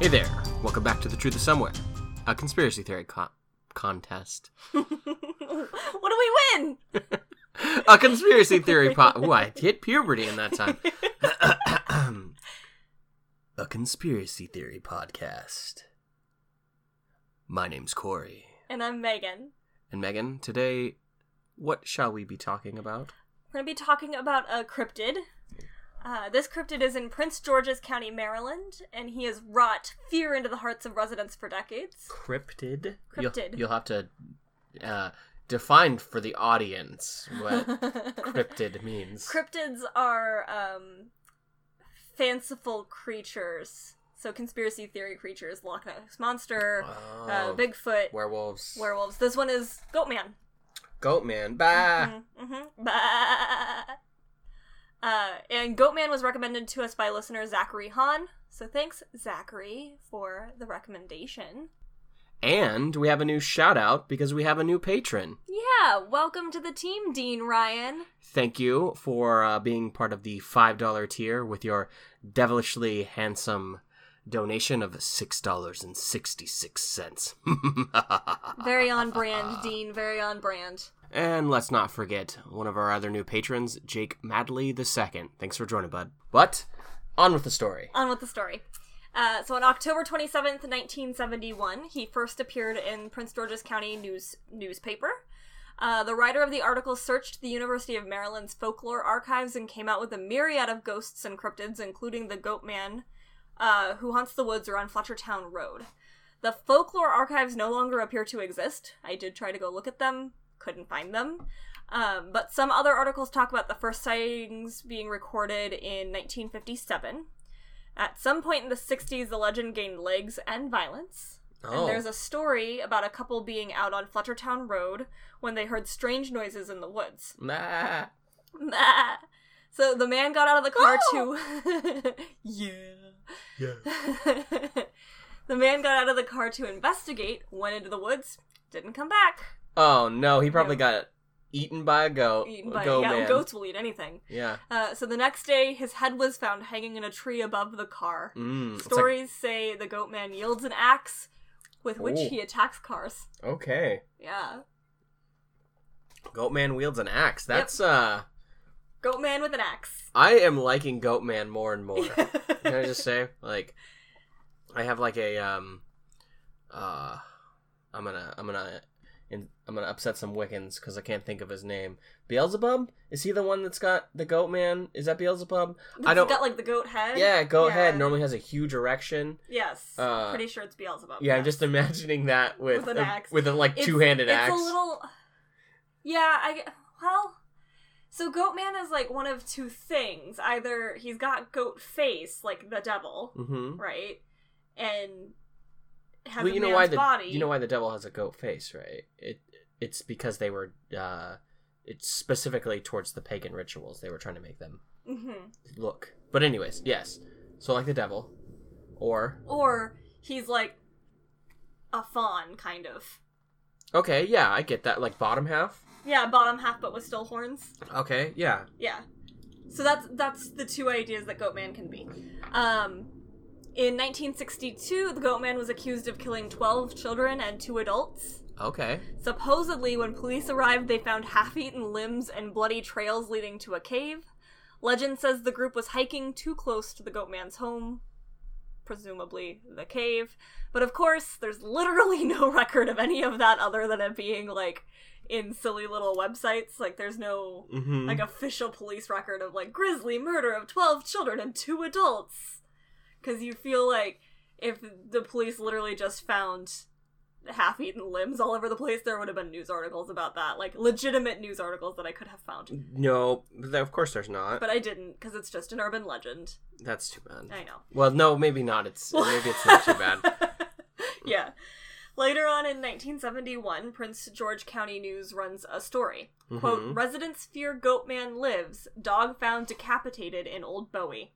Hey there. Welcome back to The Truth is Somewhere, a conspiracy theory con- contest. what do we win? A conspiracy theory pot. Ooh, I hit puberty in that time. a conspiracy theory podcast. My name's Corey. And I'm Megan. And Megan, today, what shall we be talking about? We're going to be talking about a cryptid. Uh, this cryptid is in Prince George's County, Maryland, and he has wrought fear into the hearts of residents for decades. Cryptid? Cryptid. You'll, you'll have to uh, define for the audience what cryptid means. Cryptids are um, fanciful creatures. So, conspiracy theory creatures Loch Ness Monster, Oh, uh, Bigfoot, werewolves. werewolves. This one is Goatman. Goatman. Bah! Mm-hmm. Bah. Uh, and Goatman was recommended to us by listener Zachary Hahn. So thanks, Zachary, for the recommendation. And we have a new shout out because we have a new patron. Yeah, welcome to the team, Dean Ryan. Thank you for uh, being part of the $5 tier with your devilishly handsome donation of $6.66. Very on brand, Dean. Very on brand. and let's not forget one of our other new patrons, Jake Madley II. Thanks for joining, bud. But on with the story. On with the story. Uh, so on October 27th, 1971, he first appeared in Prince George's County news newspaper. Uh, the writer of the article searched the University of Maryland's folklore archives and came out with a myriad of ghosts and cryptids, including the Goat Man, uh, who haunts the woods around Fletchertown Road. The folklore archives no longer appear to exist. I did try to go look at them, couldn't find them. Um, but some other articles talk about the first sightings being recorded in 1957. At some point in the 60s, the legend gained legs and violence. Oh. And there's a story about a couple being out on Fletchertown Road when they heard strange noises in the woods. Nah. Bah. So the man got out of the car to. yeah. Yeah. the man got out of the car to investigate, went into the woods, didn't come back. Oh no, he probably got eaten by a goat. Eaten by, goat yeah, Oh, man. goats will eat anything. Yeah. Uh, so the next day, his head was found hanging in a tree above the car. Mm, it's like- Stories say the goat man yields an axe with which Ooh. he attacks cars. okay. Yeah. Goatman wields an axe. That's uh Goat man with an axe. I am liking Goatman more and more. Can I just say? Like I have like a um uh I'm gonna I'm gonna in, I'm gonna upset some Wiccans because I can't think of his name. Beelzebub? Is he the one that's got the Goatman? Is that Beelzebub? I don't- It's got like the goat head. Yeah, go ahead. Yeah. Normally has a huge erection. Yes. Uh, Pretty sure it's Beelzebub. Yeah, I'm yes. just imagining that with With an a- axe. with a like It's- two handed axe. It's a little. Yeah, I g- well. So Goatman is like one of two things. Either he's got goat face, like the devil, Mm-hmm. right, and has Well, a you know man's why the body. you know why the devil has a goat face, right? It it's because they were uh, it's specifically towards the pagan rituals they were trying to make them hmm look. But anyways, yes. So like the devil, or Or he's like a fawn, kind of. okay, yeah, I get that. Like bottom half. Yeah, bottom half, but with still horns. Okay, yeah. Yeah. So that's that's the two ideas that Goatman can be. Um, in 1962, the Goatman was accused of killing 12 children and two adults. Okay. Supposedly, when police arrived, they found half eaten limbs and bloody trails leading to a cave. Legend says the group was hiking too close to the Goatman's home, presumably the cave. But of course, there's literally no record of any of that other than it being like in silly little websites. Like, there's no Mm-hmm. like official police record of like grisly murder of 12 children and two adults because you feel like if the police literally just found half-eaten limbs all over the place there would have been news articles about that like legitimate news articles that i could have found no, th- of course there's not. but i didn't because it's just an urban legend That's too bad. i know Well, no, maybe not. It's maybe it's not too bad. yeah later on in 1971 prince george county news runs a story quote Mhm. residents fear goatman lives dog found decapitated in old bowie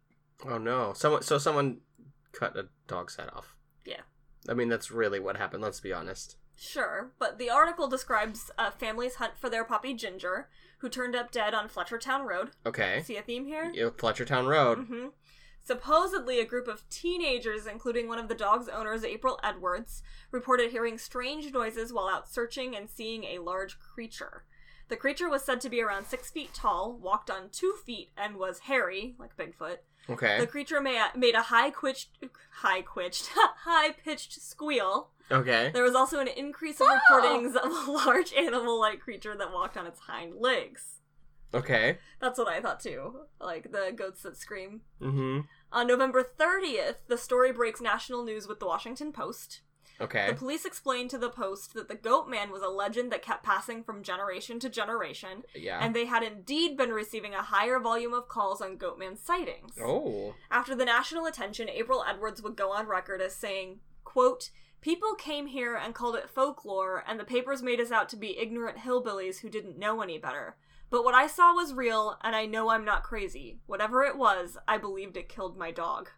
Oh no! Someone so someone cut a dog's head off. Yeah. I mean that's really what happened. Let's be honest. Sure, but the article describes a family's hunt for their puppy Ginger, who turned up dead on Fletchertown Road. Okay. See a theme here? Yeah, Fletchertown Road. hmm Supposedly, a group of teenagers, including one of the dog's owners, April Edwards, reported hearing strange noises while out searching and seeing a large creature. The creature was said to be around six feet tall, walked on two feet, and was hairy, like Bigfoot. Mm-hmm. The Okay. creature ma- made a high quitched, high quitched, high pitched squeal. Okay. There was also an increase in reportings of a large animal like creature that walked on its hind legs. Okay. That's what I thought too, like the goats that scream. Mm-hmm. On November 30th, the story breaks national news with the Washington Post. Okay. The police explained to the Post that the goat man was a legend that kept passing from generation to generation, Yeah. and they had indeed been receiving a higher volume of calls on goatman sightings. oh. After the national attention, April Edwards would go on record as saying, quote, People came here and called it folklore, and the papers made us out to be ignorant hillbillies who didn't know any better. But what I saw was real, and I know I'm not crazy. Whatever it was, I believed it killed my dog.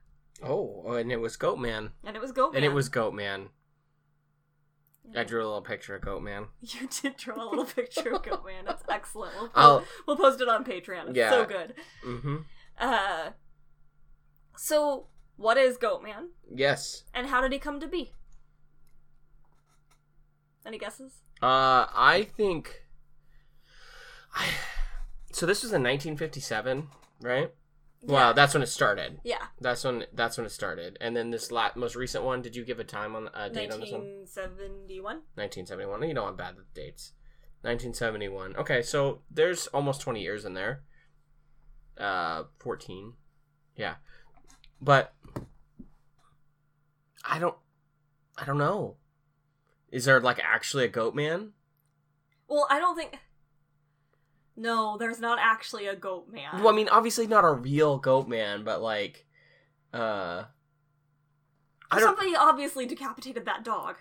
Oh, oh, and it was Goat Man. And it was Goatman. And it was Goat Man. I drew a little picture of Goat Man. You did draw a little picture of Goatman. That's excellent. We'll, I'll. we'll post it on Patreon. It's so Yeah. good. Mm-hmm. Uh, so, what is Goatman, Yes. and how did he come to be? Any guesses? Uh, I think. I. So this was in 1957, right? Wow, that's when it started. Yeah, That's when that's when it started. And then this la- most recent one. Did you give a time on a date on this one? 1971. 1971. You know I'm bad with dates. 1971. Okay, so there's almost 20 years in there. Uh, 14. Yeah, but I don't. I don't know. Is there like actually a goat man? Well, I don't think. No, there's not actually a goat man. Well, I mean, obviously not a real goat man, but like, uh, I don't. Somebody obviously decapitated that dog,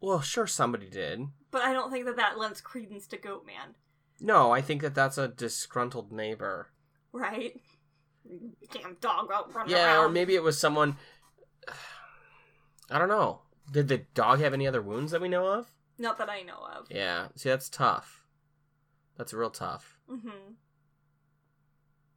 Well, sure, somebody did. but I don't think that that lends credence to goat man, No, I think that that's a disgruntled neighbor. right? Damn dog out running Yeah, around. or maybe it was someone. I don't know. Did the dog have any other wounds that we know of? Not that I know of. Yeah. See, that's tough. That's real tough. hmm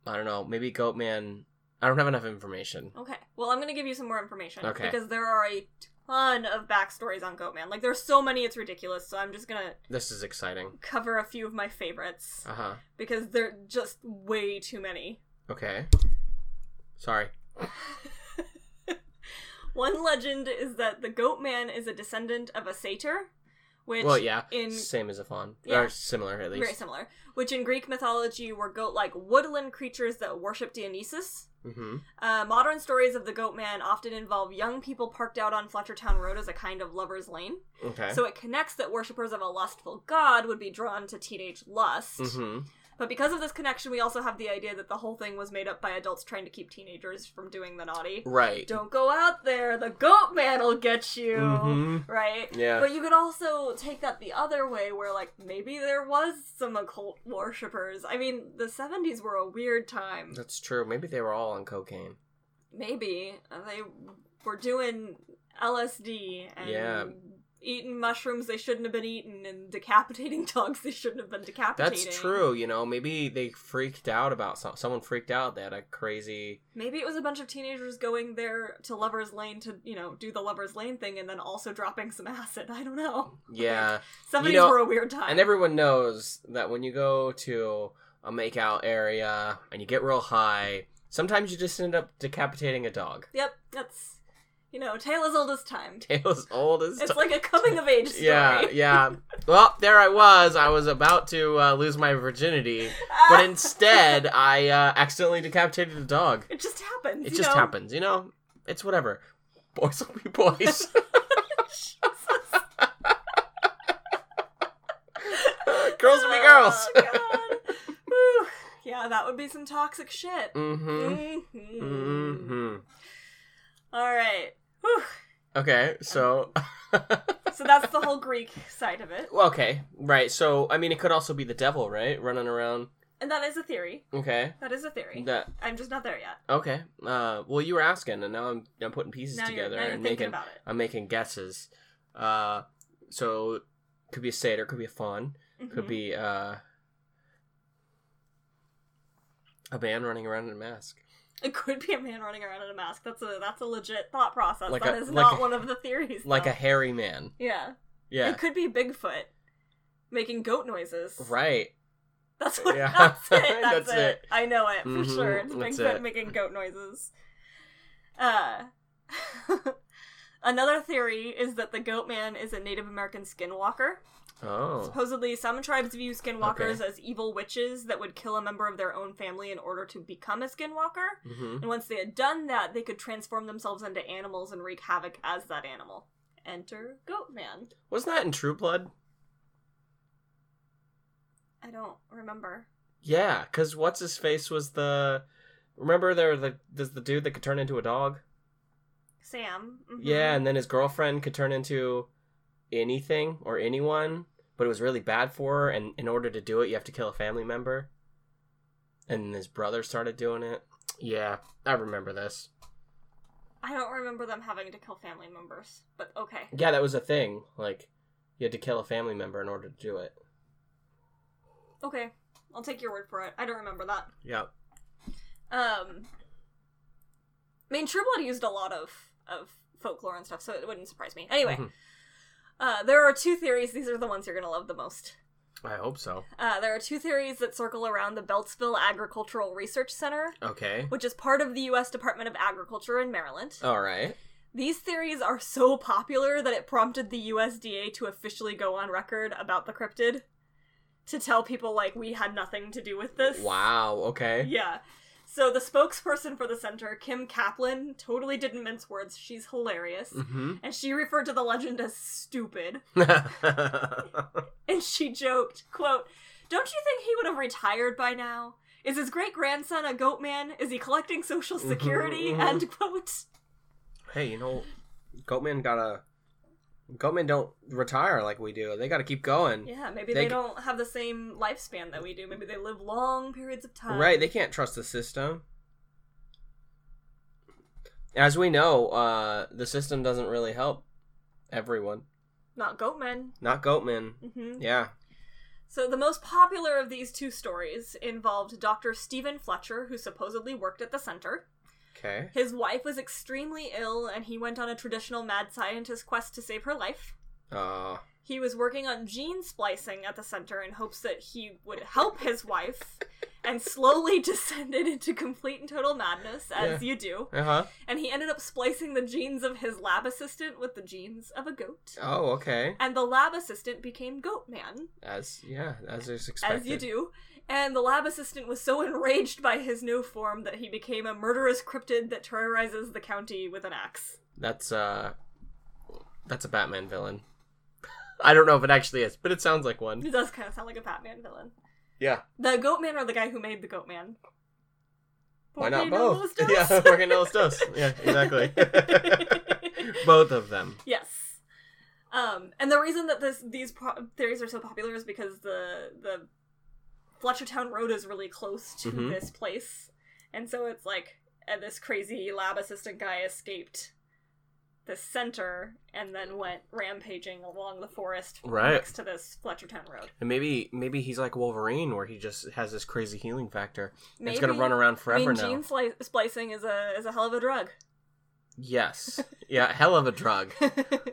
I don't know. Maybe Goat Man. I don't have enough information. Okay. Well, I'm going to give you some more information. Okay. Because there are a ton of backstories on Goatman. Like, there's so many, it's ridiculous. So I'm just going to This is exciting. cover a few of my favorites Uh huh. because they're just way too many. Okay. Sorry. One legend is that the Goatman is a descendant of a satyr, which Well, yeah. in Same as a fawn. Yeah. Or similar, at least. very similar, which in Greek mythology were goat-like woodland creatures that worship Dionysus. Mm-hmm. Uh, modern stories of the Goatman often involve young people parked out on Fletchertown Road as a kind of lover's lane. Okay. So it connects that worshippers of a lustful god would be drawn to teenage lust. mm-hmm. But because of this connection, we also have the idea that the whole thing was made up by adults trying to keep teenagers from doing the naughty. Right. Don't go out there, the goat man will get you. Mhm. Right? Yeah. But you could also take that the other way where, like, maybe there was some occult worshippers. I mean, the 70s were a weird time. That's true. Maybe they were all on cocaine. Maybe. They were doing LSD and Yeah. eating mushrooms they shouldn't have been eating and decapitating dogs they shouldn't have been decapitating. That's true. You know, maybe they freaked out about some- someone freaked out. They had a crazy. Maybe it was a bunch of teenagers going there to Lover's Lane to, you know, do the Lover's Lane thing and then also dropping some acid. I don't know. Yeah, Seventies know, were a weird time. and everyone knows that when you go to a makeout area and you get real high, sometimes you just end up decapitating a dog. Yep, that's you know, tale as old as time. Tales old as. It's time. like a coming of age story. yeah, yeah. Well, there I was. I was about to uh, lose my virginity, but instead I uh, accidentally decapitated a dog. it just happens. It you just know? happens, you know. It's whatever. Boys will be boys. girls will be girls. Oh, God. Whew. yeah, that would be some toxic shit. mm-hmm. Mhm. Mm-hmm. All right. Whew. Okay, so So that's the whole Greek side of it, Well, okay, right. So I mean, it could also be the devil, right? Running around. and that is a theory. Okay. That is a theory. That I'm just not there yet. okay. Uh, well, you were asking, and now I'm I'm putting pieces Now you're, together now you're and thinking making about it. I'm making guesses. Uh, so could be a satyr, could be a fawn, could Mhm. be uh, a man running around in a mask. It could be a man running around in a mask. That's a that's a legit thought process. Like that a- is like not a- one of the theories. like though. a hairy man. yeah. Yeah, Oh. It could be Bigfoot making goat noises. right. That's what. Yeah. That's it. That's, That's it. it. I know it for Mhm, sure. It's that's Bigfoot it. making goat noises. Uh, another theory is that the goat man is a Native American skinwalker. Oh, Supposedly, some tribes view skinwalkers as evil witches that would kill a member of their own family in order to become a skinwalker. hmm And once they had done that, they could transform themselves into animals and wreak havoc as that animal. Enter Goat Man. wasn't that in True Blood? I don't remember. Yeah, because what's his face was the. Remember there the there's the dude that could turn into a dog. Sam. mhm. Yeah, and then his girlfriend could turn into anything or anyone, but it was really bad for her. And in order to do it, you have to kill a family member. And his brother started doing it. Yeah, I remember this. I don't remember them having to kill family members, but okay. Yeah, that was a thing. Like, you had to kill a family member in order to do it. Okay. I'll take your word for it. I don't remember that. Yep. Um I mean True Blood used a lot of of folklore and stuff, so it wouldn't surprise me. Anyway, Mhm. uh there are two theories, these are the ones you're going to love the most. I hope so. Uh there are two theories that circle around the Beltsville Agricultural Research Center, Okay. which is part of the US Department of Agriculture in Maryland. All right. These theories are so popular that it prompted the USDA to officially go on record about the cryptid to tell people, like, we had nothing to do with this. Wow. Okay. Yeah. So the spokesperson for the center, Kim Kaplan, totally didn't mince words. She's hilarious. hmm And she referred to the legend as stupid. Mm-hmm. And she joked, quote, Don't you think he would have retired by now? Is his great grandson a goat man? Is he collecting social security? mhm. End quote. hey, you know, Goatman gotta. Goatman don't retire like we do. They gotta keep going. Yeah, maybe They they, g- don't have the same lifespan that we do. Maybe they live long periods of time. Right, they can't trust the system. As we know, uh, the system doesn't really help everyone. Not goat men. Not Goatman. hmm Yeah. So the most popular of these two stories involved Dr. Stephen Fletcher, who supposedly worked at the center. Okay. His wife was extremely ill, and he went on a traditional mad scientist quest to save her life. Uh, He was working on gene splicing at the center in hopes that he would help his wife, and slowly descended into complete and total madness, as you do. uh huh. and he ended up splicing the genes of his lab assistant with the genes of a goat. Oh, okay. And the lab assistant became Goat Man, As yeah, as is expected. as you do. And the lab assistant was so enraged by his new form that he became a murderous cryptid that terrorizes the county with an axe. That's uh, that's a Batman villain. I don't know if it actually is, but it sounds like one. It does kind of sound like a Batman villain. Yeah. The Goat Man or the guy who made the Goat Man? Why not Porque no both? los dos. Yeah, working those dos. Yeah, exactly. both of them. Yes. Um, and the reason that this these pro- theories are so popular is because the the Fletchertown Road is really close to Mhm. this place, and so it's like and this crazy lab assistant guy escaped the center and then went rampaging along the forest Right. next to this Fletchertown Road. And maybe maybe he's like Wolverine, where he just has this crazy healing factor. And Maybe It's gonna run around I forever mean, now. gene sli- splicing is a is a hell of a drug. Yes. Yeah. Hell of a drug.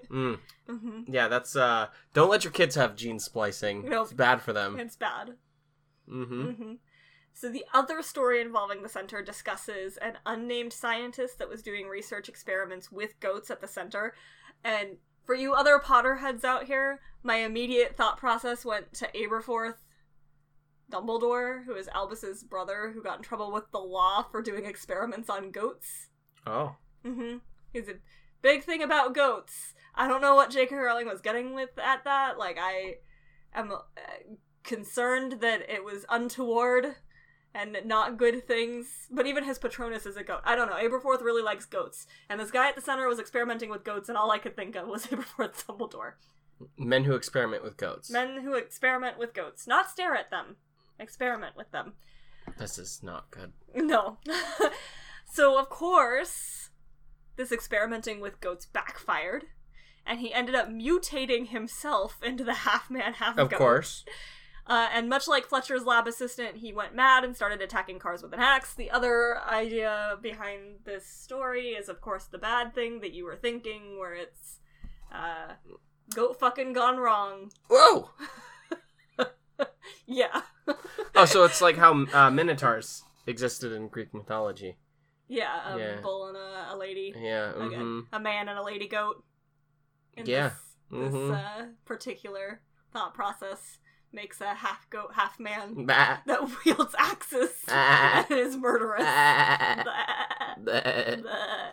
Mm. hmm Yeah. That's uh. Don't let your kids have gene splicing. Nope. It's bad for them. It's bad. Mm-hmm. hmm So the other story involving the center discusses an unnamed scientist that was doing research experiments with goats at the center. And for you other Potterheads out here, my immediate thought process went to Aberforth Dumbledore, who is Albus's brother, who got in trouble with the law for doing experiments on goats. Oh. Mm-hmm. He's a big thing about goats. I don't know what J.K. Rowling was getting with at that. Like, I am uh, concerned that it was untoward and not good things. But even his Patronus is a goat. I don't know. Aberforth really likes goats, and this guy at the center was experimenting with goats, and all I could think of was Aberforth Dumbledore. Men who experiment with goats. Men who experiment with goats, not stare at them, experiment with them. This is not good. No. so, of course, this experimenting with goats backfired, and he ended up mutating himself into the half man, half Of goat. course. Uh, and much like Fletcher's lab assistant, he went mad and started attacking cars with an axe. The other idea behind this story is, of course, the bad thing that you were thinking, where it's uh, goat fucking gone wrong. Whoa! Yeah, Oh, so it's like how uh, minotaurs existed in Greek mythology. yeah, a Yeah. bull and a, a lady, Yeah. Okay. Mm-hmm. a man and a lady goat. And Yeah. this, Mhm. this uh, particular thought process makes a half goat, half man Bah. that wields axes Ah. and is murderous. Ah. Mm-hmm. Blah. Bah. Bleh.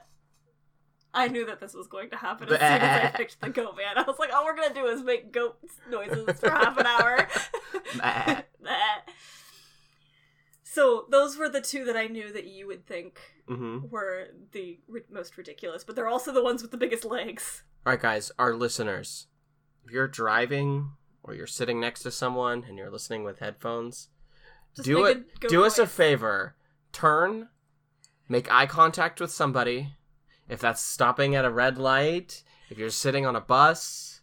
I knew that this was going to happen as soon as I picked the goat man. I was like, all we're gonna do is make goat noises for half an hour. Bah. Bleh. so those were the two that I knew that you would think Mhm. were the ri- most ridiculous, but they're also the ones with the biggest legs. All right, guys, our listeners, if you're driving or you're sitting next to someone and you're listening with headphones, Just do it. make a goat Do us a noise. favor. Turn, make eye contact with somebody. If that's stopping at a red light, if you're sitting on a bus,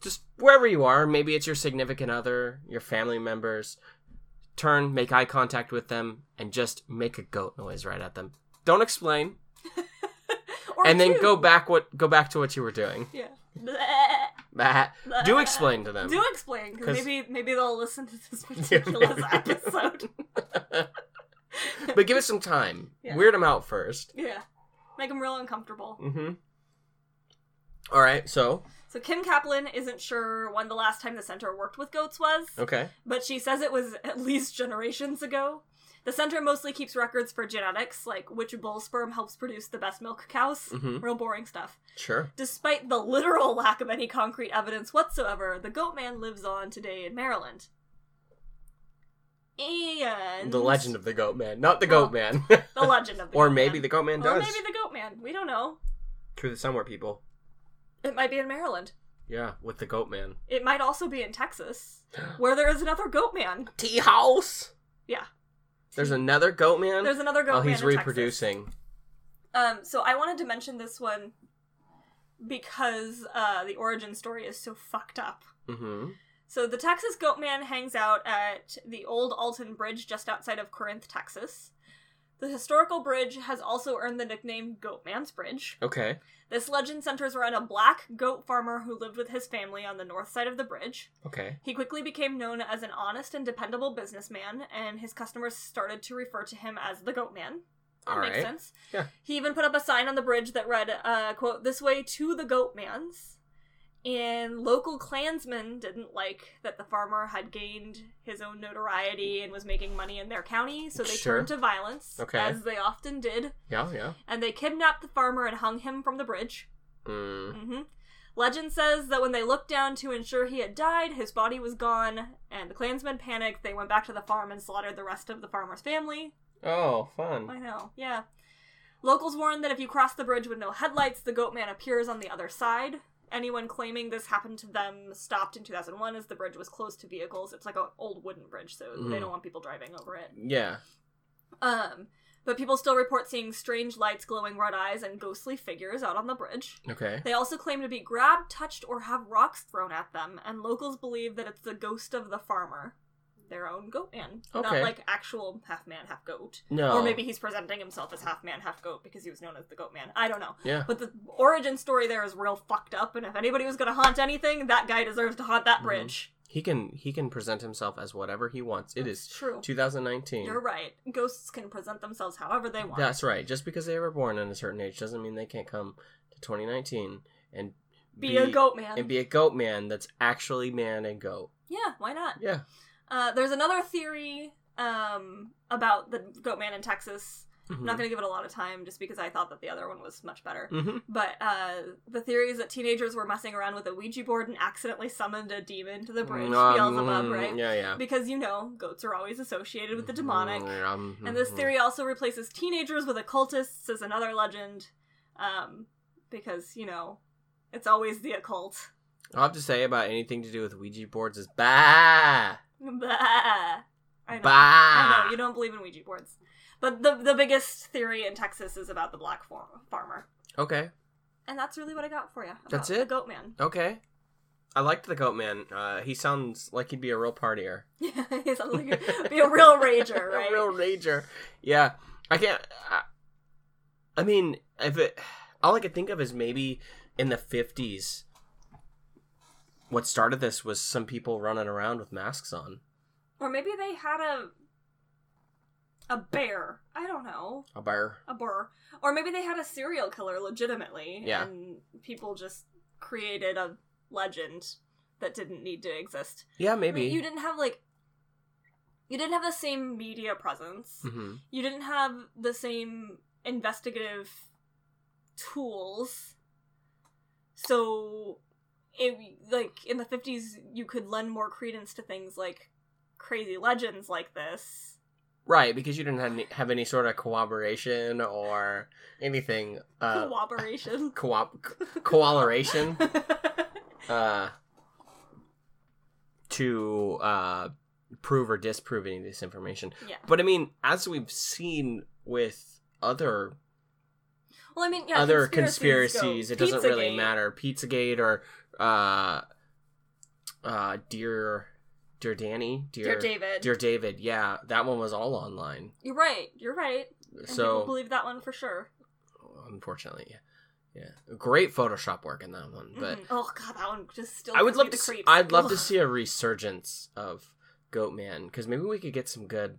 just wherever you are, maybe it's your significant other, your family members. Turn, make eye contact with them, and just make a goat noise right at them. Don't explain, Or and then two. go back what go back to what you were doing. Yeah. Bleh. Bah. Bleh. Do explain to them. Do explain, 'cause 'Cause- maybe maybe they'll listen to this Yeah, ridiculous maybe. episode. but give it some time. Yeah. Weird them out first. Yeah, make them real uncomfortable. Mm-hmm. All right. So So Kim Kaplan isn't sure when the last time the center worked with goats was, okay. but she says it was at least generations ago. The center mostly keeps records for genetics, like which bull sperm helps produce the best milk cows. Mhm. Real boring stuff. Sure. Despite the literal lack of any concrete evidence whatsoever, the goat man lives on today in Maryland. And The legend of the goat man, not the Well, goat man, the legend of the or goat maybe man. the goat man or does maybe the goat man. We don't know. through the somewhere people. It might be in Maryland. Yeah, with the goat man. It might also be in Texas, where there is another goat man. Tea house. Yeah. There's another goat man. There's another goat oh, man. he's in Texas. reproducing. Um, so I wanted to mention this one because uh, the origin story is so fucked up. Mm-hmm. So the Texas goat man hangs out at the old Alton Bridge just outside of Corinth, Texas. The historical bridge has also earned the nickname Goatman's Bridge. Okay. This legend centers around a black goat farmer who lived with his family on the north side of the bridge. Okay. He quickly became known as an honest and dependable businessman, and his customers started to refer to him as the Goat Man. That All makes right. sense. Yeah. He even put up a sign on the bridge that read, uh, quote, this way to the goat man's. And local clansmen didn't like that the farmer had gained his own notoriety and was making money in their county, so they Sure. turned to violence, Okay. as they often did, Yeah. Yeah. and they kidnapped the farmer and hung him from the bridge. Mm. hmm Legend says that when they looked down to ensure he had died, his body was gone, and the clansmen panicked. They went back to the farm and slaughtered the rest of the farmer's family. Oh, fun. I know. Yeah. Locals warn that if you cross the bridge with no headlights, the goat man appears on the other side. Anyone claiming this happened to them stopped in 2001 as the bridge was closed to vehicles. It's like an old wooden bridge, so they Mhm. don't want people driving over it. Yeah. Um, but people still report seeing strange lights, glowing red eyes, and ghostly figures out on the bridge. Okay. They also claim to be grabbed, touched, or have rocks thrown at them, and locals believe that it's the ghost of the farmer, their own goat man, not Okay. Oh. like actual half man, half goat. No. Or maybe he's presenting himself as half man, half goat because he was known as the goat man. I don't know. Yeah. But the origin story there is real fucked up, and if anybody was gonna haunt anything, that guy deserves to haunt that Mhm. bridge. He can he can present himself as whatever he wants. It is True. 2019. You're right. Ghosts can present themselves however they want. That's right. Just because they were born at a certain age doesn't mean they can't come to 2019 and be, a goat man. and be a goat man that's actually man and goat. yeah, why not? Yeah. Uh, there's another theory um, about the goat man in Texas. Mhm. I'm not gonna give it a lot of time just because I thought that the other one was much better. Mhm. But uh, the theory is that teenagers were messing around with a Ouija board and accidentally summoned a demon to the bridge, Mm, Beelzebub, mm, right? Yeah, yeah. because you know goats are always associated with the demonic Mm, yeah, mhm, and this mhm. theory also replaces teenagers with occultists as another legend um, because you know it's always the occult I'll have to say about anything to do with Ouija boards is bah. Blah. I know. I know Bah. you don't believe in ouija boards but the, the biggest theory in texas is about the black farm- farmer Okay. and that's really what i got for you That's the it? goat man Okay. I liked the Goat Man. Uh, he sounds like he'd be a real partier, Yeah, he's like, be a real rager, right? a real rager. Yeah, I can't. I, I mean, if it, all I could think of is maybe in the fifties. What started this was some people running around with masks on. Or maybe they had a a bear. I don't know. A bear. A burr. Or maybe they had a serial killer legitimately. Yeah. And people just created a legend that didn't need to exist. Yeah, I mean, maybe. you didn't have like you didn't have the same media presence. hmm You didn't have the same investigative tools. So it like in the 50s you could lend more credence to things like crazy legends like this. Right, because you didn't have any, have any sort of cooperation or anything. Uh, Cooperation. coop cooperation uh, to uh, prove or disprove any of this information. yeah. But I mean, as we've seen with other Well, I mean, yeah, other conspiracies go- conspiracies, it doesn't really Pizzagate. matter. Pizzagate or uh, uh, dear, dear Danny, dear, Dear David. dear David. Yeah, that one was all online. You're right. You're right. And so people believe that one for sure. unfortunately. Yeah. Yeah. Great Photoshop work in that one. But Mhm. oh god, that one just still I would gives love me to the see, creeps. I'd love to Ugh. see a resurgence of Goatman cuz maybe we could get some good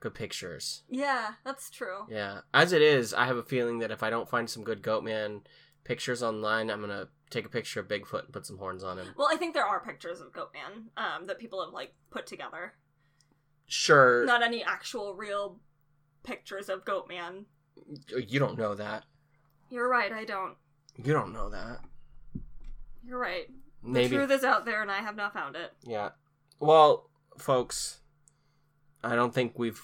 good pictures. Yeah, that's true. Yeah. As it is, I have a feeling that if I don't find some good Goatman pictures online, I'm going to take a picture of Bigfoot and put some horns on him. Well, I think there are pictures of Goatman um, that people have like put together. Sure. Not any actual real pictures of Goatman. you don't know that. You're right. I don't. You don't know that. You're right. The Maybe. truth is out there, and I have not found it. Yeah. Well, folks, I don't think we've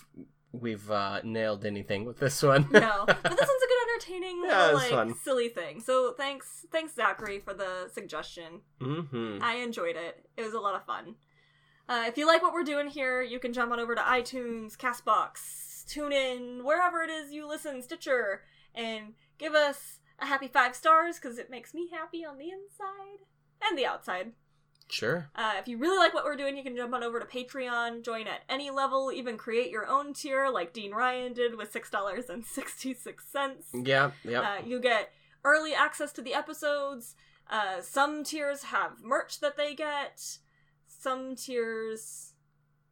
we've uh, nailed anything with this one. No, but this one's a good, entertaining, Yeah, little, it's like fun. silly thing. So thanks, thanks Zachary for the suggestion. hmm I enjoyed it. It was a lot of fun. Uh, if you like what we're doing here, you can jump on over to iTunes, Castbox, TuneIn, wherever it is you listen, Stitcher, and give us a happy five stars because it makes me happy on the inside and the outside. Sure. Uh, if you really like what we're doing, you can jump on over to Patreon, join at any level, even create your own tier like Dean Ryan did with $6.66. Yeah. Yep. Uh, you get early access to the episodes. Uh, some tiers have merch that they get. Some tiers,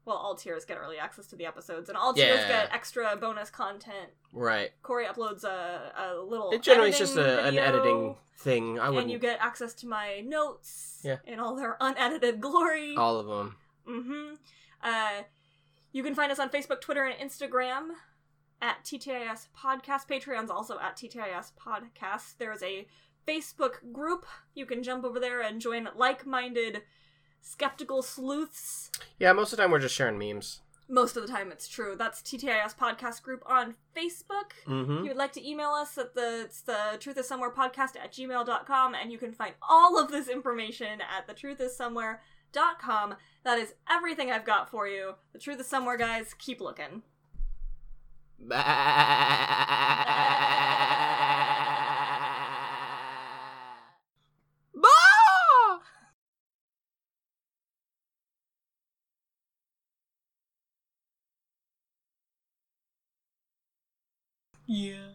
well, all tiers get early access to the episodes, and all tiers Yeah. get extra bonus content. right. Corey uploads a, a little. It generally is editing just a, an video, editing thing. I and wouldn't you get access to my notes Yeah. Oh, in all their unedited glory. all of them. Mm-hmm. Uh, you can find us on Facebook, Twitter, and Instagram at TTIS Podcast. Patreon's also at TTIS Podcast. There's a Facebook group. You can jump over there and join like minded skeptical sleuths. Yeah. Most of the time, we're just sharing memes. Most of the time, it's true. That's TTIS Podcast Group on Facebook. If Mm-hmm. you would like to email us at the, it's the truth is somewhere podcast at gmail.com and you can find all of this information at the truth is somewhere.com that is everything i've got for you the truth is somewhere guys keep looking yeah